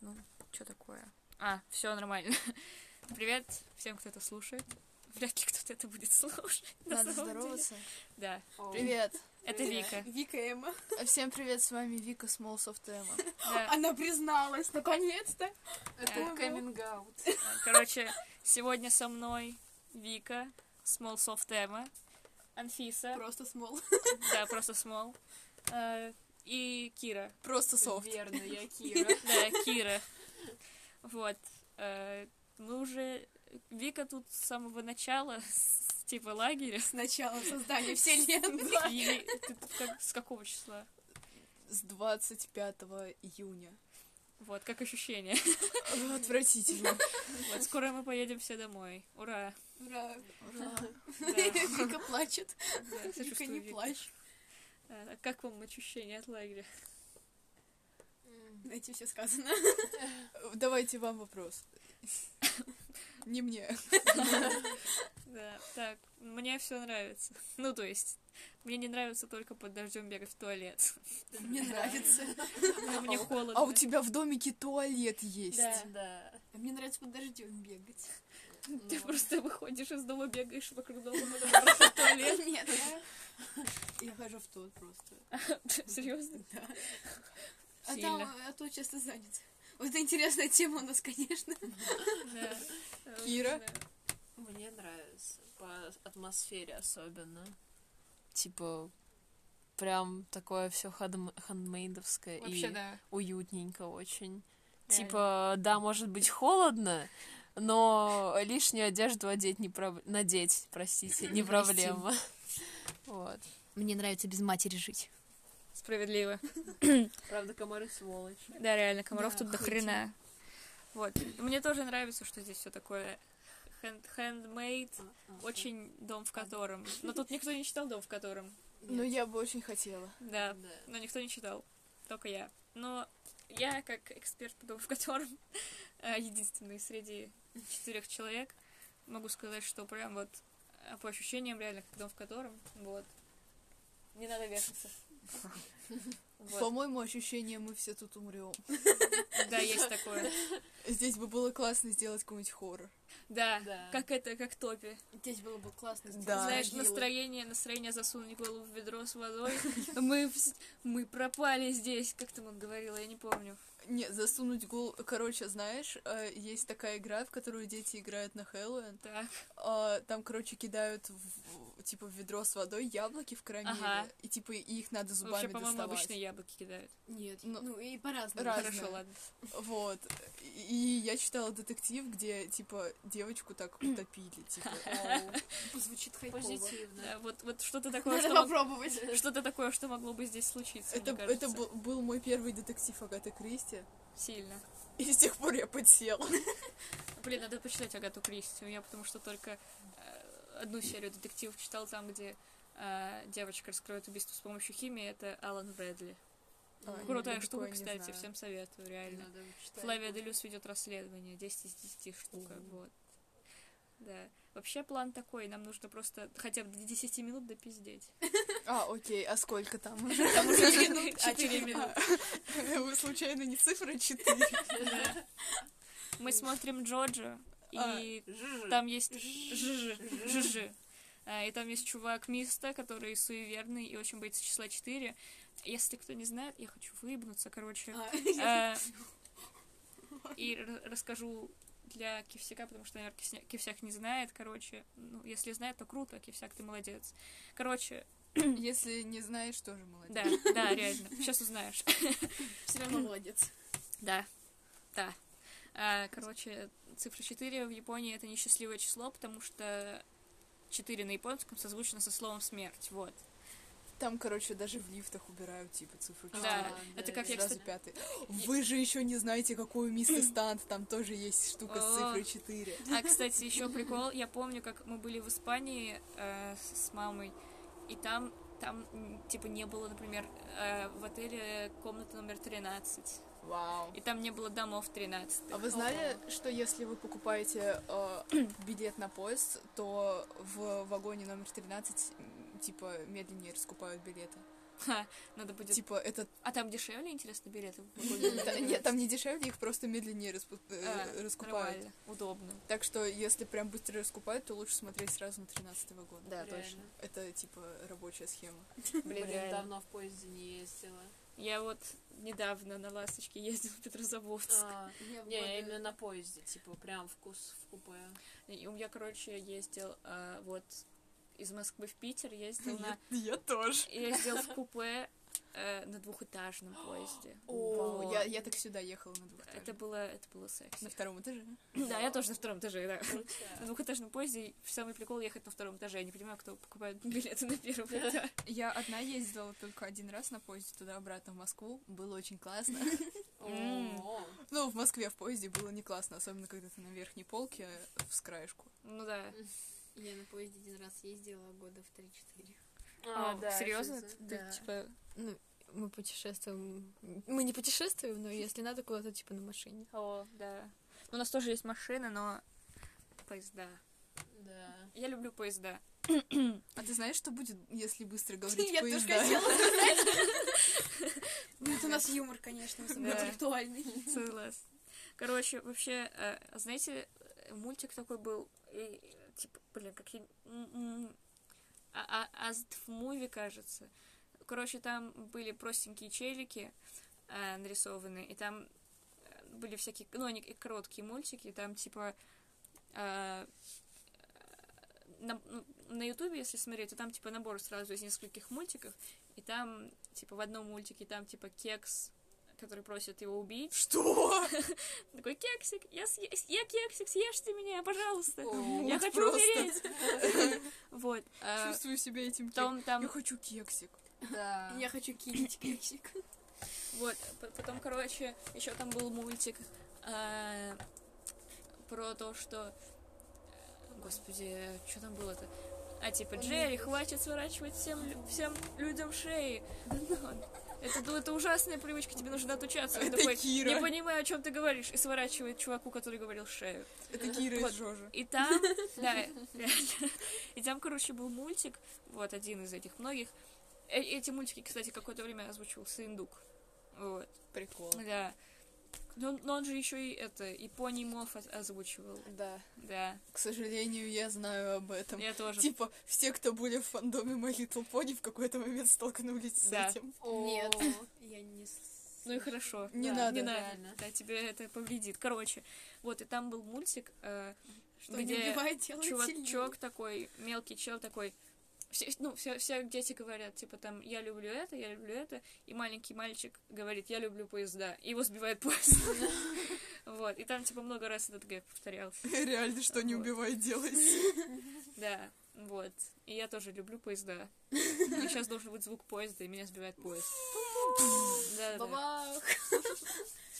ну, что такое? А, все нормально. Привет всем, кто это слушает. Вряд ли кто-то это будет слушать. на Надо самом деле. здороваться. Да. Привет. А Это Вика. Вика Эмма. Всем привет, с вами Вика Смолсофт Эмма. Да. Она призналась, наконец-то. Э, каминг-аут. Короче, сегодня со мной Вика, Small Soft Emma, Анфиса, Просто смол. да, просто Small, э, и Кира. Просто Верно, я Кира. Да, Кира. Вот. э, Мы уже... Вика тут с самого начала, с- типа лагеря. С начала создания вселенной. И ты тут как- с какого числа? С 25 июня. Вот, как ощущение. Отвратительно. Вот, скоро мы поедем все домой. Ура! Ура. Ура. Да, Вика плачет. да, Вика, сочувствую, не Вик. плачь. А, а Как вам ощущение от лагеря? Найти все сказано. Давайте вам вопрос. Не мне. Да, так, мне все нравится. Ну, то есть, мне не нравится только под дождем бегать в туалет. Мне нравится. Но мне холодно. А у тебя в домике туалет есть. Да. Да. Ну, А Мне нравится под дождем бегать. Ты просто выходишь из дома, бегаешь вокруг дома, потом обратно в туалет. Нет. Я хожу в тот просто. Серьезно? Да. А там, Сильно. а тут часто занят. Вот это интересная тема у нас, конечно. Да. Э, Кира? да. Мне нравится. По атмосфере особенно. Типа, прям такое все хандмейдовское Вообще, и да. уютненько очень. Реально. Типа, да, может быть холодно, но лишнюю одежду одеть не проб- надеть, простите, не проблема. Вот. Мне нравится без матери жить. Справедливо. Правда, комары сволочь. Да, реально, комаров Да, тут до хоть и- хрена. Вот. Мне тоже нравится, что здесь все такое hand- handmade, очень дом в котором. Но тут никто не читал дом в котором. Ну, я бы очень хотела. Да, но никто не читал. Только я. Но я, как эксперт по дому в котором, э, единственный среди четырех человек, могу сказать, что прям вот э, по ощущениям реально как дом в котором. Вот. Не надо вешаться. Вот. По моему ощущению, мы все тут умрем. Да, есть такое. Здесь бы было классно сделать какой-нибудь хоррор. Да, Да. как это, как топи. Здесь было бы классно. сделать Да. Знаешь, могилу. настроение, настроение засунули голову в ведро с водой. Мы, вс- мы пропали здесь, как там он говорил, я не помню. Не, засунуть голову... Короче, знаешь, э, есть такая игра, в которую дети играют на Хэллоуин. Так, А, там, короче, кидают в- в- типа в ведро с водой яблоки в карамели, Ага. и типа и их надо зубами вообще, по-моему, доставать. обычно яблоки кидают. Нет, Ну, ну, и по-разному. Разное. Хорошо, ладно. Вот. И, и я читала детектив, где типа девочку так утопили, типа. Оу, Звучит хайпово. Позитивно. Да, вот, вот что-то такое, Надо что, мог- попробовать. что-то такое, что могло бы здесь случиться. Это, мне кажется. это был, был мой первый детектив Агаты Кристи, сильно. и с тех пор я подсела. Блин, надо почитать Агату Кристи. Я потому что только э, одну серию детективов читал там, где э, девочка раскроет убийство с помощью химии. Это Алан Брэдли. А, я Крутая такое штука, не кстати, знаю. всем советую, реально. Надо читать. Флавия Делюс ведет расследование. 10 из 10 штука. Вот. Да. Вообще план такой, нам нужно просто хотя бы до 10 минут допиздеть. А, окей, а сколько там уже? Там уже 4 А, минуты. Вы случайно не цифра 4? Да. Мы смотрим Джоджо, и Жжж. там есть жжи, жжи. А, И там есть чувак Миста, который суеверный и очень боится числа 4. Если кто не знает, я хочу выебнуться, короче. А, Э, И р- расскажу для Кивсяка, потому что, наверное, Кивсня- Кивсяк не знает, короче. Ну, если знает, то круто, Кивсяк, ты молодец. Короче, Если не знаешь, тоже молодец. да, да, реально, сейчас узнаешь. Все равно молодец. Да, да. А, короче, цифра 4 в Японии это несчастливое число, потому что 4 на японском созвучно со словом смерть, вот. Там, короче, даже в лифтах убирают, типа, А, цифру 4. Да, да, это как я, Сразу кстати, пятый. Вы же еще не знаете, какой у мисс Стант, там тоже есть штука с О. цифрой 4. А, кстати, еще прикол. Я помню, как мы были в Испании э, с с мамой, и там, там, м, типа, не было, например, э, в отеле комнаты номер 13, Вау. и там не было домов 13. А вы знали, что если вы покупаете э, билет на поезд, то в вагоне номер 13 м, типа медленнее раскупают билеты? Ха, надо будет... Типа, это... А там дешевле, интересно, билеты? Да, Нет, там не дешевле, их просто медленнее распу- э, А, раскупают. Нормально, удобно. Так что, если прям быстро раскупают, то лучше смотреть сразу на 13 вагон. Да, Реально. Это, типа, рабочая схема. Блин, Блин, реально. давно в поезде не ездила. Я вот недавно на «Ласточке» ездила в Петрозаводск. А, Не, я именно на поезде, типа, прям вкус в купе. И Я, короче, ездил а, вот из Москвы в Питер, ездил на... Я тоже. Ездил в купе э, на двухэтажном поезде. О, Вот. я, я так сюда ехала на двух Это было, это было секси. На втором этаже. Да, я тоже на втором этаже, да. Крутя. На двухэтажном поезде и самый прикол ехать на втором этаже. Я не понимаю, кто покупает билеты на первый этаж. Я одна ездила только один раз на поезде туда-обратно в Москву. Было очень классно. М. О, Ну, в Москве в поезде было не классно, особенно когда ты на верхней полке в скраешку. Ну да. Я на поезде один раз ездила года в 3-4. А, да, серьезно? жиза. Ты, Да. типа, Ну, мы путешествуем. Мы не путешествуем, но если надо куда-то, типа, на машине. О, да. Ну, У нас тоже есть машины, но поезда. Да. Я люблю поезда. А ты знаешь, что будет, если быстро говорить Я тоже поезда? хотела сказать. Ну, это у нас юмор, конечно, особенно Да. интеллектуальный. Согласна. Короче, вообще, э, знаете, э, мультик такой был, и, э, типа, блин, как я... м, м, а- а- As в муви, кажется. Короче, там были простенькие челики э, нарисованы, и там э, были всякие, ну, они и короткие мультики, там, типа, э, на ну, на Ютубе, если смотреть, то там, типа, набор сразу из нескольких мультиков, и там, типа, в одном мультике там, типа, кекс, который просит его убить, Что? такой, кексик, я, съе- я кексик, съешьте меня, пожалуйста. Муть я хочу просто. умереть. Вот. а, Чувствую себя этим кексиком. Потом там, Я хочу кексик. Да. Я хочу кинуть кексик. вот, п- потом, короче, еще там был мультик а, про то, что... э, Господи, что там было-то? А типа, Джерри, хватит сворачивать всем, лю- всем людям шеи. Да ну, Это, ну, это ужасная привычка, тебе нужно отучаться. Он Это такой, Кира. Не понимаю, о чем ты говоришь. И сворачивает чуваку, который говорил шею. Это Кира Вот. из Жожи. И там, да, реально. И там, короче, был мультик, вот один из этих многих. Э- Эти мультики, кстати, какое-то время озвучивал Сындук. Вот, Прикол. да. Но, но он же еще и это, и Пони Мов оз- озвучивал. Да. Да, К сожалению, я знаю об этом. я тоже. Типа, все, кто были в фандоме My Little Pony, в какой-то момент столкнулись Да. с этим. Нет. О, Я не... с- Ну и хорошо. Не Да, надо. Не реально. надо, да, тебе это повредит. Короче, вот, и там был мультик, э, Что не где убивает, делает чувак, сильнее. чувак такой, мелкий чел такой, все, ну, все, все дети говорят, типа, там, я люблю это, я люблю это, и маленький мальчик говорит, я люблю поезда, и его сбивает поезд. Вот, и там, типа, много раз этот гэг повторялся. Реально, что не Вот. убивает, делать. Да, вот. И я тоже люблю поезда. И сейчас должен быть звук поезда, и меня сбивает поезд. Да, да, Бабах!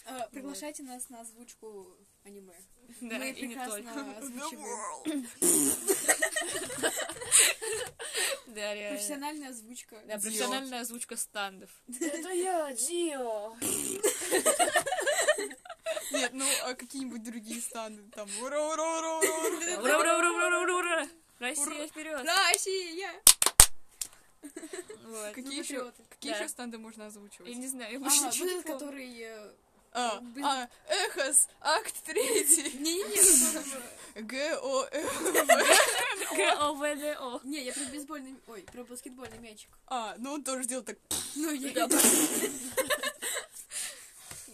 А, Приглашайте нас на озвучку аниме. да. Мы и не только. прекрасно озвучиваем. Да, Э, реально. Профессиональная озвучка. Да, профессиональная озвучка стандов. Это я, Дио. Нет, ну, а какие-нибудь другие станы? Там, ура, ура, ура, ура, ура. Ура, ура, ура, ура, ура, ура! Россия вперед! Россия! Вот. Какие еще, Ну, патриоты. какие Да. еще станды можно Я озвучивать? не знаю, я А, больше ничего вот не этот, помню. который... э, А, Блин. а, Эхос, акт третий. Не-не-не, которого- Г О Э. КОВДО. Не, я про бейсбольный... Ой, про баскетбольный мячик. А, ну он тоже делал так. Ну, я...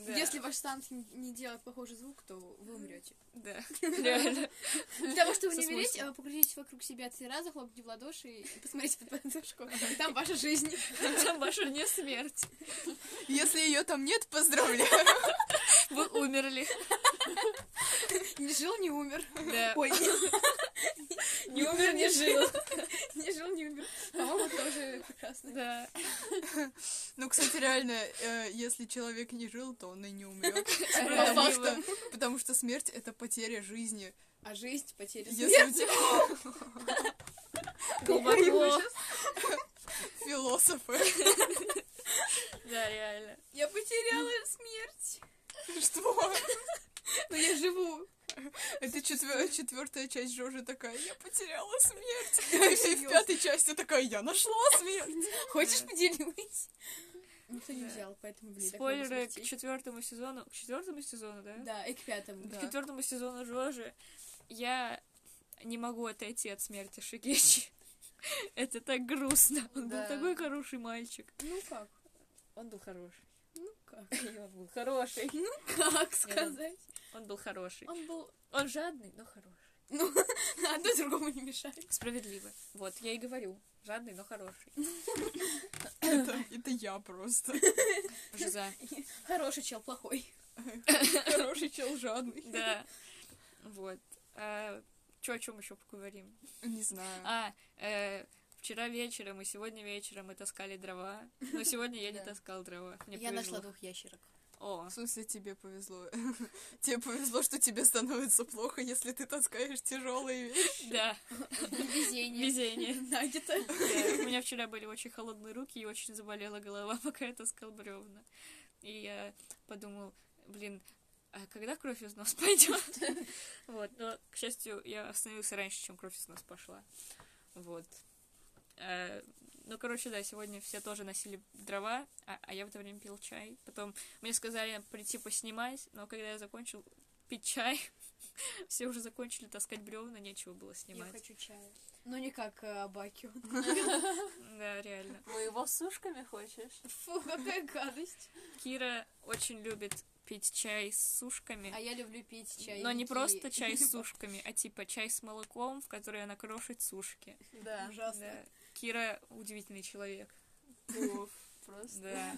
Да. Если ваш станд не- не делает похожий звук, то вы умрете. Да, реально. Для того, чтобы Со не умереть, смыслом. э, покрутитесь вокруг себя три раза, хлопните в ладоши и посмотрите под подушку. И там ваша жизнь. Там ваша не смерть. Если ее там нет, поздравляю. Вы умерли. Не жил, не умер. Да. Ой, Не умер, не жил. не жил, не умер. По-моему, тоже прекрасно. Да. Ну, кстати, реально, э, если человек не жил, то он и не умрет. Правда. Потому что, потому что смерть это потеря жизни. А жизнь потеря Если у тебя Глубоко. философы. Да, реально. Я потеряла смерть. Что? Но Ну, я живу. Это четвер- четвертая часть Жоржи такая, я потеряла смерть. И в пятой части такая, я нашла смерть. Хочешь, поделюсь? Никто не Да. взял, поэтому, блин, так много Спойлеры к смертей. четвертому сезону. К четвертому сезону, да? Да, и к пятому. К четвертому сезону Жожи я не могу отойти от смерти Шигечи. Это так грустно. Он Да. был такой хороший мальчик. Ну как? Он был хороший. Ну как? Он был хороший. Ну как сказать? Он был хороший. Он был... Он жадный, но хороший. Ну, одно другому не мешает. Справедливо. Вот, я и говорю. Жадный, но хороший. Это это я просто. Жиза. Хороший чел, плохой. Хороший чел жадный. Да. Вот. А, чё, о чем еще поговорим? Не знаю. А, э, вчера вечером и сегодня вечером мы таскали дрова. Но сегодня я не Да. таскал дрова. Мне Я нашла повезло. двух ящерок. О, В смысле, тебе повезло. Тебе повезло, что тебе становится плохо, если ты таскаешь тяжелые вещи. да, Везение. везение. Надето. Да, У меня вчера были очень холодные руки и очень заболела голова, пока я таскал бревна. И я подумал, блин, а когда кровь из нас пойдет? Вот, но, к счастью, я остановился раньше, чем кровь из нас пошла. Вот. Э, Ну, короче, да, сегодня все тоже носили дрова, а а я в это время пил чай. Потом мне сказали прийти поснимать, но когда я закончил пить чай, все уже закончили таскать бревна, нечего было Я снимать. хочу чая. Ну, не как э, Абакио. Да, реально. Моего с ушками хочешь? Фу, какая гадость. Кира очень любит пить чай с сушками. А я люблю пить чай. но не дикий. просто чай с сушками, а типа чай с молоком, в который она крошит сушки. Да. Ужасно. Да. Кира удивительный человек. Просто. Да.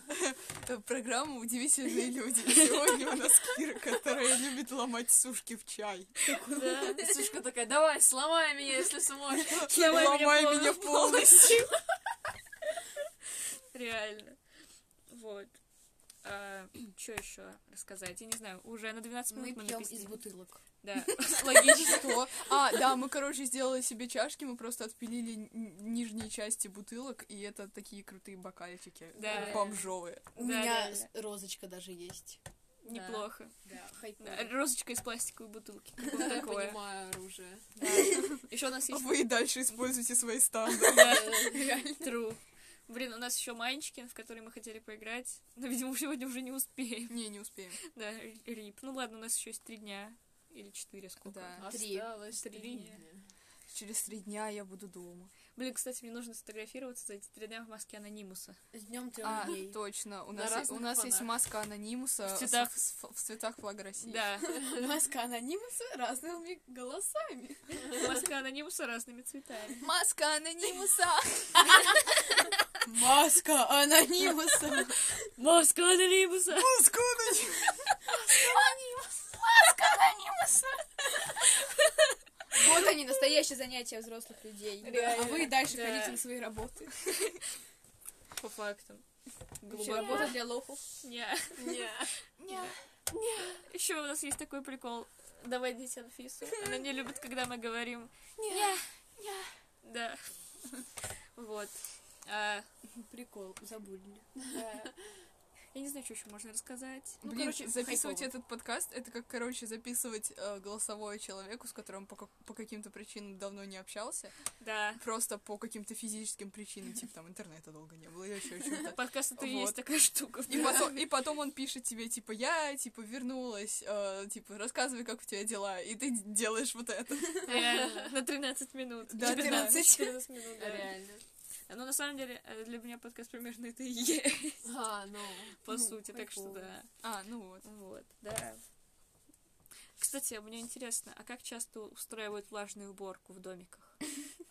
Э, Программа «Удивительные люди». Сегодня у нас Кира, которая любит ломать сушки в чай. Да. Сушка такая, давай, сломай меня, если сможешь. Ломай меня Ломай полностью. меня полностью. Реально. Вот. что еще рассказать? Я не знаю, уже на 12 Мы минут пьем написали. из бутылок. Да. Логично. Что? А, да, мы, короче, сделали себе чашки, мы просто отпилили н- нижние части бутылок, и это такие крутые бокальчики. Э, Да. Бомжовые. У Да, меня да, с- розочка даже есть. Неплохо. Да, хайп. Да, Розочка из пластиковой бутылки. как вот Такое. Понимаю оружие. Еще у нас А есть вы и дальше используйте свои стандарты. Да, True. Блин, у нас еще Манечкин, в который мы хотели поиграть, но, видимо, сегодня уже не успеем. Не, не успеем. Да, рип. Ну ладно, у нас еще есть три дня или четыре сколько. Да. Три. Осталось Три. три. Через три дня я буду дома. Блин, кстати, мне нужно сфотографироваться за эти три дня в маске анонимуса. С днем А, трех дней. точно. У На нас, е- у разных нас есть фонах. маска анонимуса В с- цветах. с- ф- в цветах флага России. Да, Маска анонимуса разными голосами. маска анонимуса разными цветами. Маска анонимуса! Маска анонимуса. Маска анонимуса! Маска анонимуса! Вот они, настоящие занятия взрослых людей. Реально. А вы и дальше Да. ходите на свои работы. По фактам. Вообще, Глубоко. работа для лохов. Не. Еще у нас есть такой прикол. Доводить Анфису. Она не любит, когда мы говорим «не». Да. Вот. А, Ну, Прикол, забыли. Я не знаю, что еще можно рассказать. Ну, Блин, короче, записывать хайпово. этот подкаст, это как, короче, записывать э, голосовое человеку, с которым по, как- по каким-то причинам давно не общался. Да. Просто по каким-то физическим причинам, типа там интернета долго не было или еще чего-то. Подкаст это и Вот. есть такая штука. И потом, и потом он пишет тебе, типа, я, типа, вернулась, э, типа, рассказывай, как у тебя дела, и ты делаешь вот это. Реально. На 13 минут. Да, 14. 14 минут, да. Реально. Ну, на самом деле, э, для меня подкаст примерно это и есть, А, ну. по Ну, сути. Так что прикол. да. А, ну вот. Вот, да. Кстати, мне интересно, а как часто устраивают влажную уборку в домиках?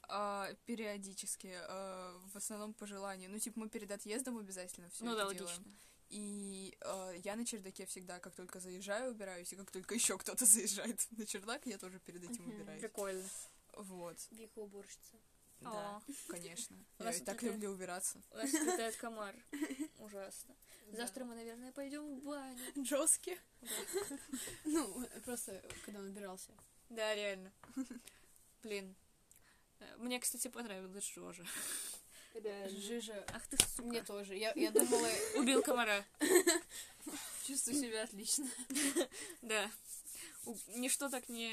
А, периодически, э, в основном по желанию. Ну, типа, мы перед отъездом обязательно все ну да, делаем. логично. И э, я на чердаке всегда, как только заезжаю, убираюсь, и как только еще кто-то заезжает на чердак, я тоже перед этим Мгм. убираюсь. Прикольно. Вот, Вика уборщица. да, О, конечно. У Я нас ведь вот так это- люблю убираться. у нас летает комар. Ужасно. Завтра мы, наверное, пойдем в баню. Жесткие. Ну, просто, когда он убирался. Да, реально. Блин. Э, Мне, кстати, понравилась Жожа. Жижа. Ах ты сука. Мне тоже. Я, я думала, Убил комара. Чувствую себя отлично. Да. У- Ничто так не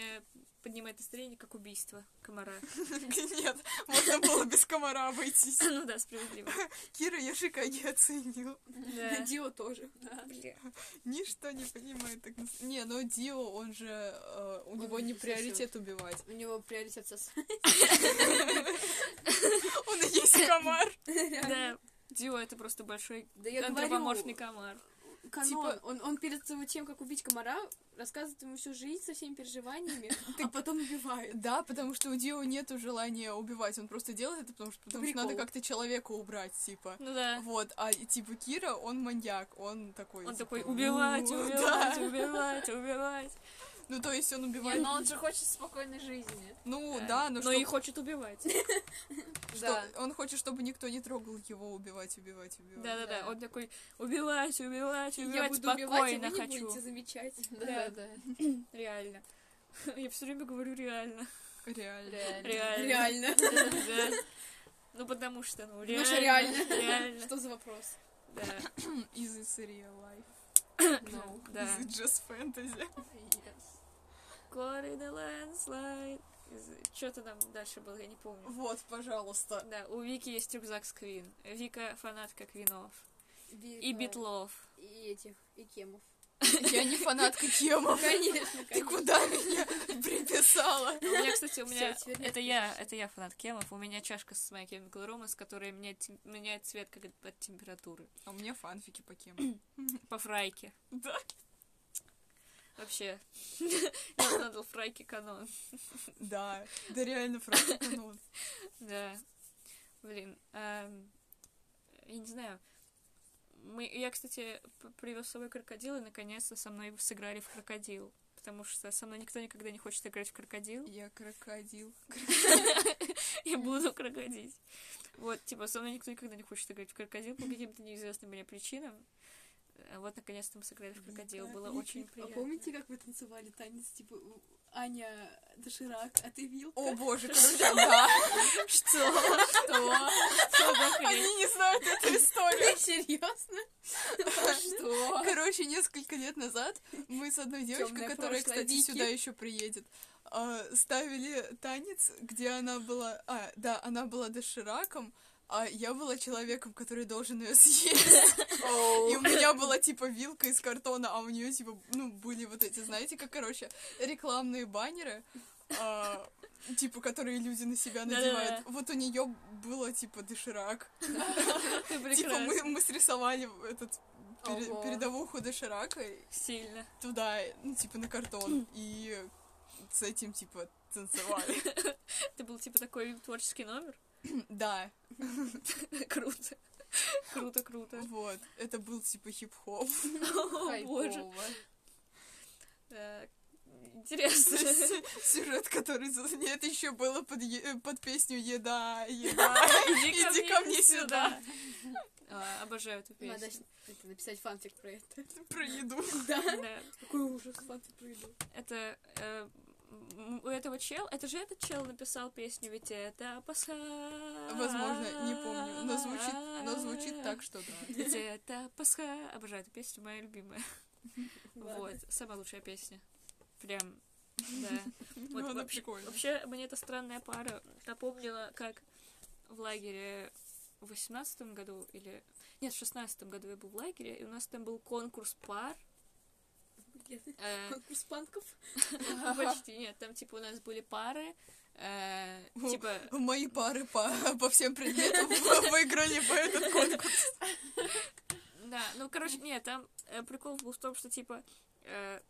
поднимает настроение, как убийство комара. Нет, можно было без комара обойтись. Ну да, справедливо. Кира Яшика не оценил. Да. Дио тоже. Бля. Ничто не понимает так. нас- Не, но Дио, он же... э, у него не сосёт. приоритет убивать. У него приоритет сос... Он и есть комар. Да. Дио это просто большой Да я антропоморфный комар. Канон. Типа- Он, он перед тем, как убить комара, рассказывает ему всю жизнь со всеми переживаниями, а потом убивает. Да, потому что у Дио нету желания убивать. Он просто делает это, потому что, потому что надо приколу. как-то человека убрать, типа. Ну да. Вот, а и, типа Кира, он маньяк, он такой... Он типа, такой убивать, «У, убивать, убивать, убивать. да». Ну, то есть он убивает... он же хочет спокойной жизни. Ну, да, но, Э, Но чтоб- и хочет убивать. что- Да. Он хочет, чтобы никто не трогал его, убивать, убивать, убивать. Да-да-да, Да. он такой убивать, убивать, Я убивать, буду а убивать, и спокойно вы не хочу. будете замечать. Да, да. Реально. Я все время говорю реально. Реально. Реально. Реально. Да. Ну потому что, ну Ну реально. же реально. Реально. Что за вопрос? Да. Is it real life? Ну, Is да. it just fantasy? Glory in the landslide. Что-то там дальше было, я не помню. Вот, пожалуйста. Да, у Вики есть рюкзак с Квин. Вика фанатка Квинов. И Битлов. И этих, и кемов. Я не фанатка Кемов. Конечно, Ты конечно. куда меня приписала? У меня, кстати, у меня... Всё, теперь не Это я, это я фанат Кемов. У меня чашка с My Chemical Romance, которая меняет, тем- меняет цвет как от от температуры. А у меня фанфики по Кему. По фрайке. Да. Вообще. Я надо фрайки канон. Да, да реально, правда, ну, Да. Блин. эм, Я не знаю. Мы, я, кстати, п- привез с собой крокодил, и наконец-то со мной сыграли в крокодил. Потому что со мной никто никогда не хочет играть в крокодил. я крокодил. Я буду крокодить. Вот, типа, со мной никто никогда не хочет играть в крокодил по каким-то неизвестным мне причинам. А Вот, наконец-то мы сыграли в крокодил. Да, Было Вики, очень А приятно. помните, как вы танцевали танец, типа, у- Аня Доширак, а ты вилка? О боже, короче, да. Что? Что? Что за хрень? Они не знают эту историю. Серьезно? Что? Короче, несколько лет назад мы с одной девочкой, Тёмное которая, прошлое кстати, Вики. сюда еще приедет, а, ставили танец, где она была... А, да, она была дошираком, а я была человеком, который должен ее съесть. И у меня была, типа, вилка из картона, а у нее, типа, ну, были вот эти, знаете, как, короче, рекламные баннеры, а, типа, которые люди на себя Да-да-да. надевают. Вот у нее было, типа, доширак. Ты Типа мы, прекрасна. мы срисовали этот пере- Ого. передовуху доширака Сильно. туда, ну, типа на картон, и с этим, типа, танцевали. Это был, типа, такой творческий номер. Да, Круто. Круто, круто. вот. Это был, типа, хип-хоп. О, боже. Так, Э, Интересно. Сюжет, который... за- Нет, еще было под, е- под песню «Еда, еда». Иди ко мне сюда. А, Обожаю эту Надо песню. это, написать фанфик про это. Про еду. Да. Какой ужас, фанфик про еду. Это э, м, у этого чел, это же этот чел написал песню, ведь это Пасха. Возможно, не помню, но звучит, но звучит так, что да. Ведь это Пасха. Обожаю эту песню, моя любимая. Вот, самая лучшая песня. Прям, да. Ну, она вообще- прикольная. Вообще, мне эта странная пара напомнила, как в лагере в восемнадцатом году или... Нет, в шестнадцатом году я был в лагере, и у нас там был конкурс пар. Э, Конкурс панков. ну, Почти нет, там типа у нас были пары, э, типа... Мои пары по, по всем предметам выиграли в этот конкурс. Да, ну, короче, нет, там э, прикол был в том, что типа э,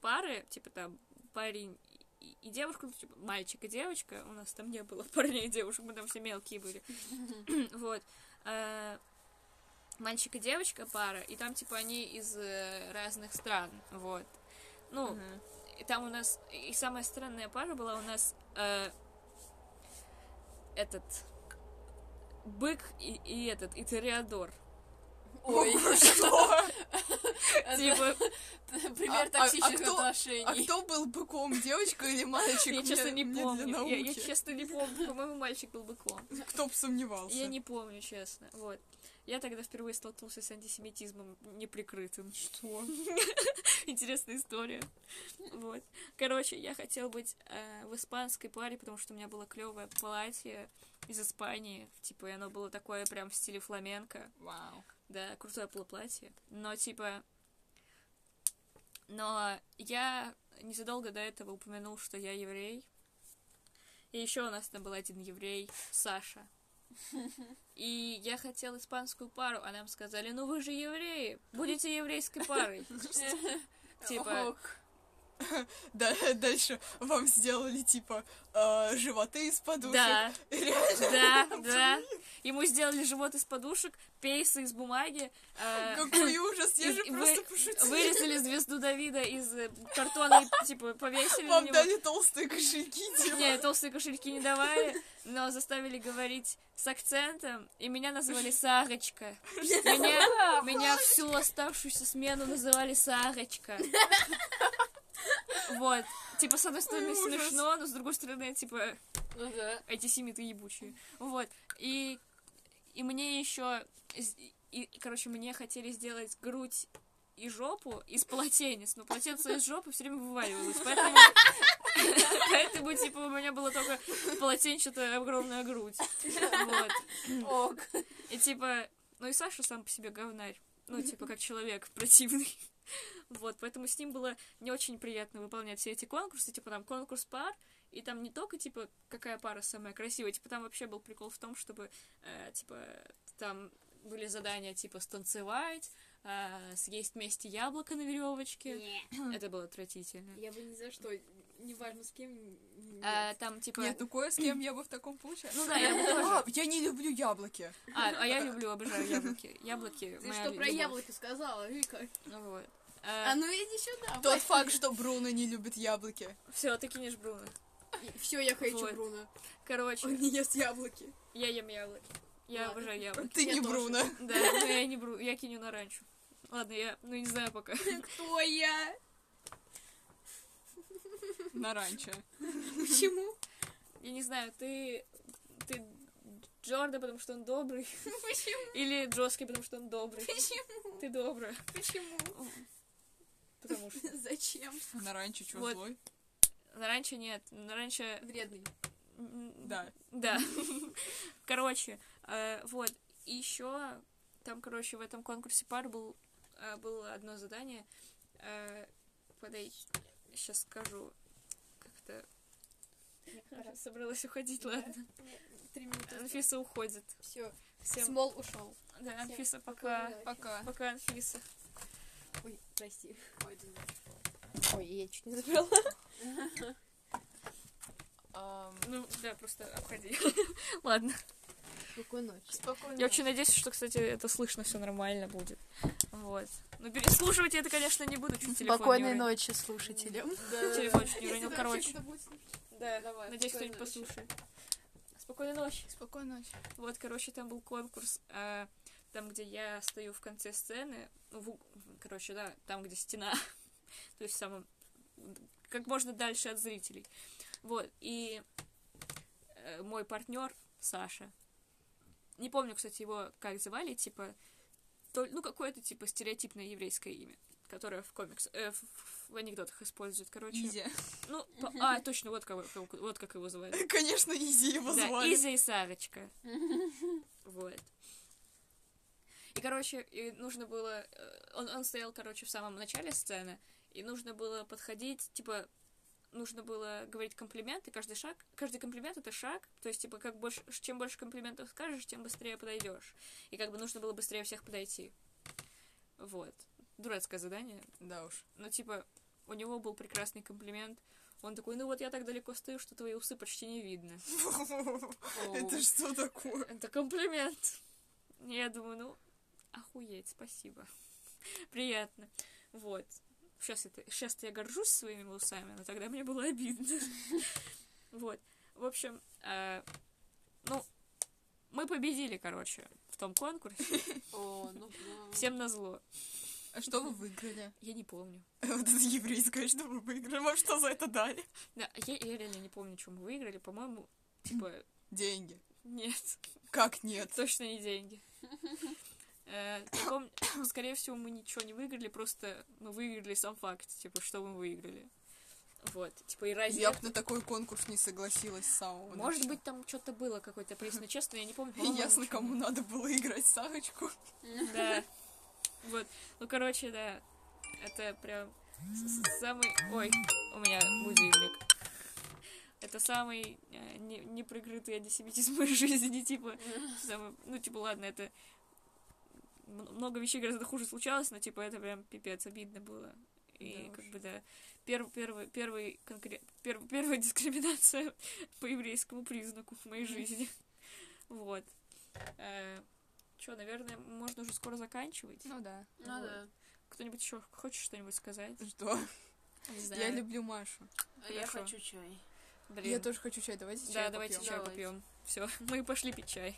пары, типа там парень и, и девушка, ну, типа мальчик и девочка, у нас там не было парней и девушек, мы там все мелкие были. Вот. Э, Мальчик и девочка пара, и там, типа, они из э, разных стран, вот. Ну, и там у нас... И самая странная пара была у нас э, этот... Бык и, и этот, и Тореадор. Ой, Что? Типа, пример А- а- а токсичных кто- А отношений. кто был быком, девочка или мальчик? Я Мне- честно не мне для помню. Я, я науки. честно не помню. По-моему, мальчик был быком. Кто бы сомневался? Я не помню, честно. Вот. Я тогда впервые столкнулся с антисемитизмом неприкрытым. Что? Интересная история. Вот. Короче, я хотела быть э, в испанской паре, потому что у меня было клевое платье из Испании. Типа, и оно было такое прям в стиле фламенко. Вау. Да, крутое было платье. Но, типа... Но я незадолго до этого упомянул, что я еврей. И еще у нас там был один еврей, Саша. И я хотел испанскую пару, а нам сказали, ну вы же евреи, будете еврейской парой. Типа, Да, дальше вам сделали, типа, э, животы из подушек. да, Реально, да, да. Ему сделали живот из подушек, пейсы из бумаги. э, какой ужас, я и- же и просто вы- пошутила. Вырезали звезду Давида из э, картона и, типа, повесили на Вам него. дали толстые кошельки, типа. Не, толстые кошельки не давали, но заставили говорить с акцентом, и меня назвали Сарочка. Меня, меня всю оставшуюся смену называли Сарочка. Вот. Типа, с одной стороны, смешно, но с другой стороны, типа, Ну да. эти семиты ебучие. Вот. И, и мне еще... И, короче, мне хотели сделать грудь и жопу из полотенец, но полотенце из жопы все время вываливалось, поэтому... Поэтому, типа, у меня была только полотенчатая огромная грудь. Вот. Ок. И, типа... Ну и Саша сам по себе говнарь. Ну, типа, как человек противный. Вот, поэтому с ним было не очень приятно выполнять все эти конкурсы, типа там конкурс пар, и там не только, типа, какая пара самая красивая, типа, там вообще был прикол в том, чтобы, э, типа, там были задания, типа, станцевать, э, съесть вместе яблоко на веревочке. Это было отвратительно. Я бы ни за что, неважно с кем, не- А, там, типа... Нет, ну кое с кем я бы в таком случае. Ну да, я бы тоже. А, я не люблю яблоки. А, а я люблю, обожаю яблоки. Яблоки. Ты моя что про любовь. яблоки сказала, Вика? Ну вот. А ну иди сюда. Тот факт, что Бруно не любит яблоки. Все, ты кинешь Бруно. Все, я хочу Вот. Бруно. Короче, Он не ест яблоки. я ем яблоки. Я Ладно. обожаю яблоки. Ты Я не тоже. Бруно. Да, но я не бру, я киню на ранчо. Ладно, я, ну не знаю пока. Кто я? На ранчо. Почему? Я не знаю, ты... Ты Джорда, потому что он добрый. Почему? Или Джоски, потому что он добрый. Почему? Ты добрая. Почему? Потому что... Зачем? На ранчо, чё, Вот. злой? На ранчо нет. На ранчо... Вредный. Да. Да. Короче, э, вот. И еще там, короче, в этом конкурсе пар был, э, было одно задание. Э, Подай, сейчас скажу. Как-то собралась уходить, ладно. Три минуты. Анфиса уходит. Все. Всем... Смол ушел. Да, Анфиса, Пока. пока. Пока. Пока, Анфиса. Ой, прости. Ой, я чуть не забрала. Ам, Ну, да, просто обходи. Ладно. Какой ночи. Я вообще надеюсь, что, кстати, это слышно все нормально будет. Вот. Ну, переслушивать я это, конечно, не буду. чуть телефон не Спокойной уронил. ночи, слушатели. Телефон чуть ну, не уронил. Короче. Да, Давай, надеюсь, спокойной кто-нибудь ночи. послушает. Спокойной ночи. Спокойной ночи. Вот, короче, там был конкурс, э, там, где я стою в конце сцены, в уг- короче, да, там, где стена, то есть самым, как можно дальше от зрителей. Вот, и э, мой партнер Саша, не помню, кстати, его как звали, типа, то, ну, какое-то, типа, стереотипное еврейское имя, которое в комикс, э, в, в анекдотах используют, короче. Изи. Ну, по- а, точно, вот, кого, вот как его звали. Конечно, Изи его Да, звали. Изя и Сарочка. Вот. И, короче, и нужно было... э, Он, он стоял, короче, в самом начале сцены, и нужно было подходить, типа, нужно было говорить комплименты, каждый шаг, каждый комплимент это шаг, то есть, типа, как больше, чем больше комплиментов скажешь, тем быстрее подойдешь. И как бы нужно было быстрее всех подойти. Вот. Дурацкое задание, Да уж. ну, типа, у него был прекрасный комплимент. Он такой, ну вот я так далеко стою, что твои усы почти не видно. Это что такое? Это комплимент. Я думаю, ну, охуеть, спасибо. Приятно. Вот. Сейчас, это, сейчас я горжусь своими усами, но тогда мне было обидно. Вот. В общем, э, ну, мы победили, короче, в том конкурсе. О, ну да. Всем назло. А что вы выиграли? Я не помню. Вот это еврейское, что вы выиграли. Вам что за это дали? Да, я, я реально не помню, чем мы выиграли. По-моему, типа, Деньги. нет. Как нет? Точно не деньги. Э, в таком, скорее всего, мы ничего не выиграли, просто мы выиграли сам факт, типа, что мы выиграли. Вот, типа, и разве... Я бы на такой конкурс не согласилась с самого Может начала. быть, там что-то было, какой-то приз, но честно, я не помню. И по-моему, ясно, ничего кому надо было играть Сарочку. Да. Вот. Ну, короче, да. Это прям с- с- самый... Ой, у меня будильник. Это самый э, не- непрокрытый антисемитизм в моей жизни, типа, самый- ну, типа, ладно, это м- много вещей гораздо хуже случалось, но, типа, это прям пипец, обидно было. И, Да как бы, да, перв, первый, первый конкрет, перв- первая дискриминация по еврейскому признаку в моей жизни. Вот. Че, наверное, можно уже скоро заканчивать. Ну да. Вот. Кто-нибудь еще хочет что-нибудь сказать? Что? Не Я люблю Машу. А Я Хорошо. хочу чай. Блин. Я тоже хочу чай, давайте да, чай давайте попьем. чай Давайте. попьем. Все, мы пошли пить чай.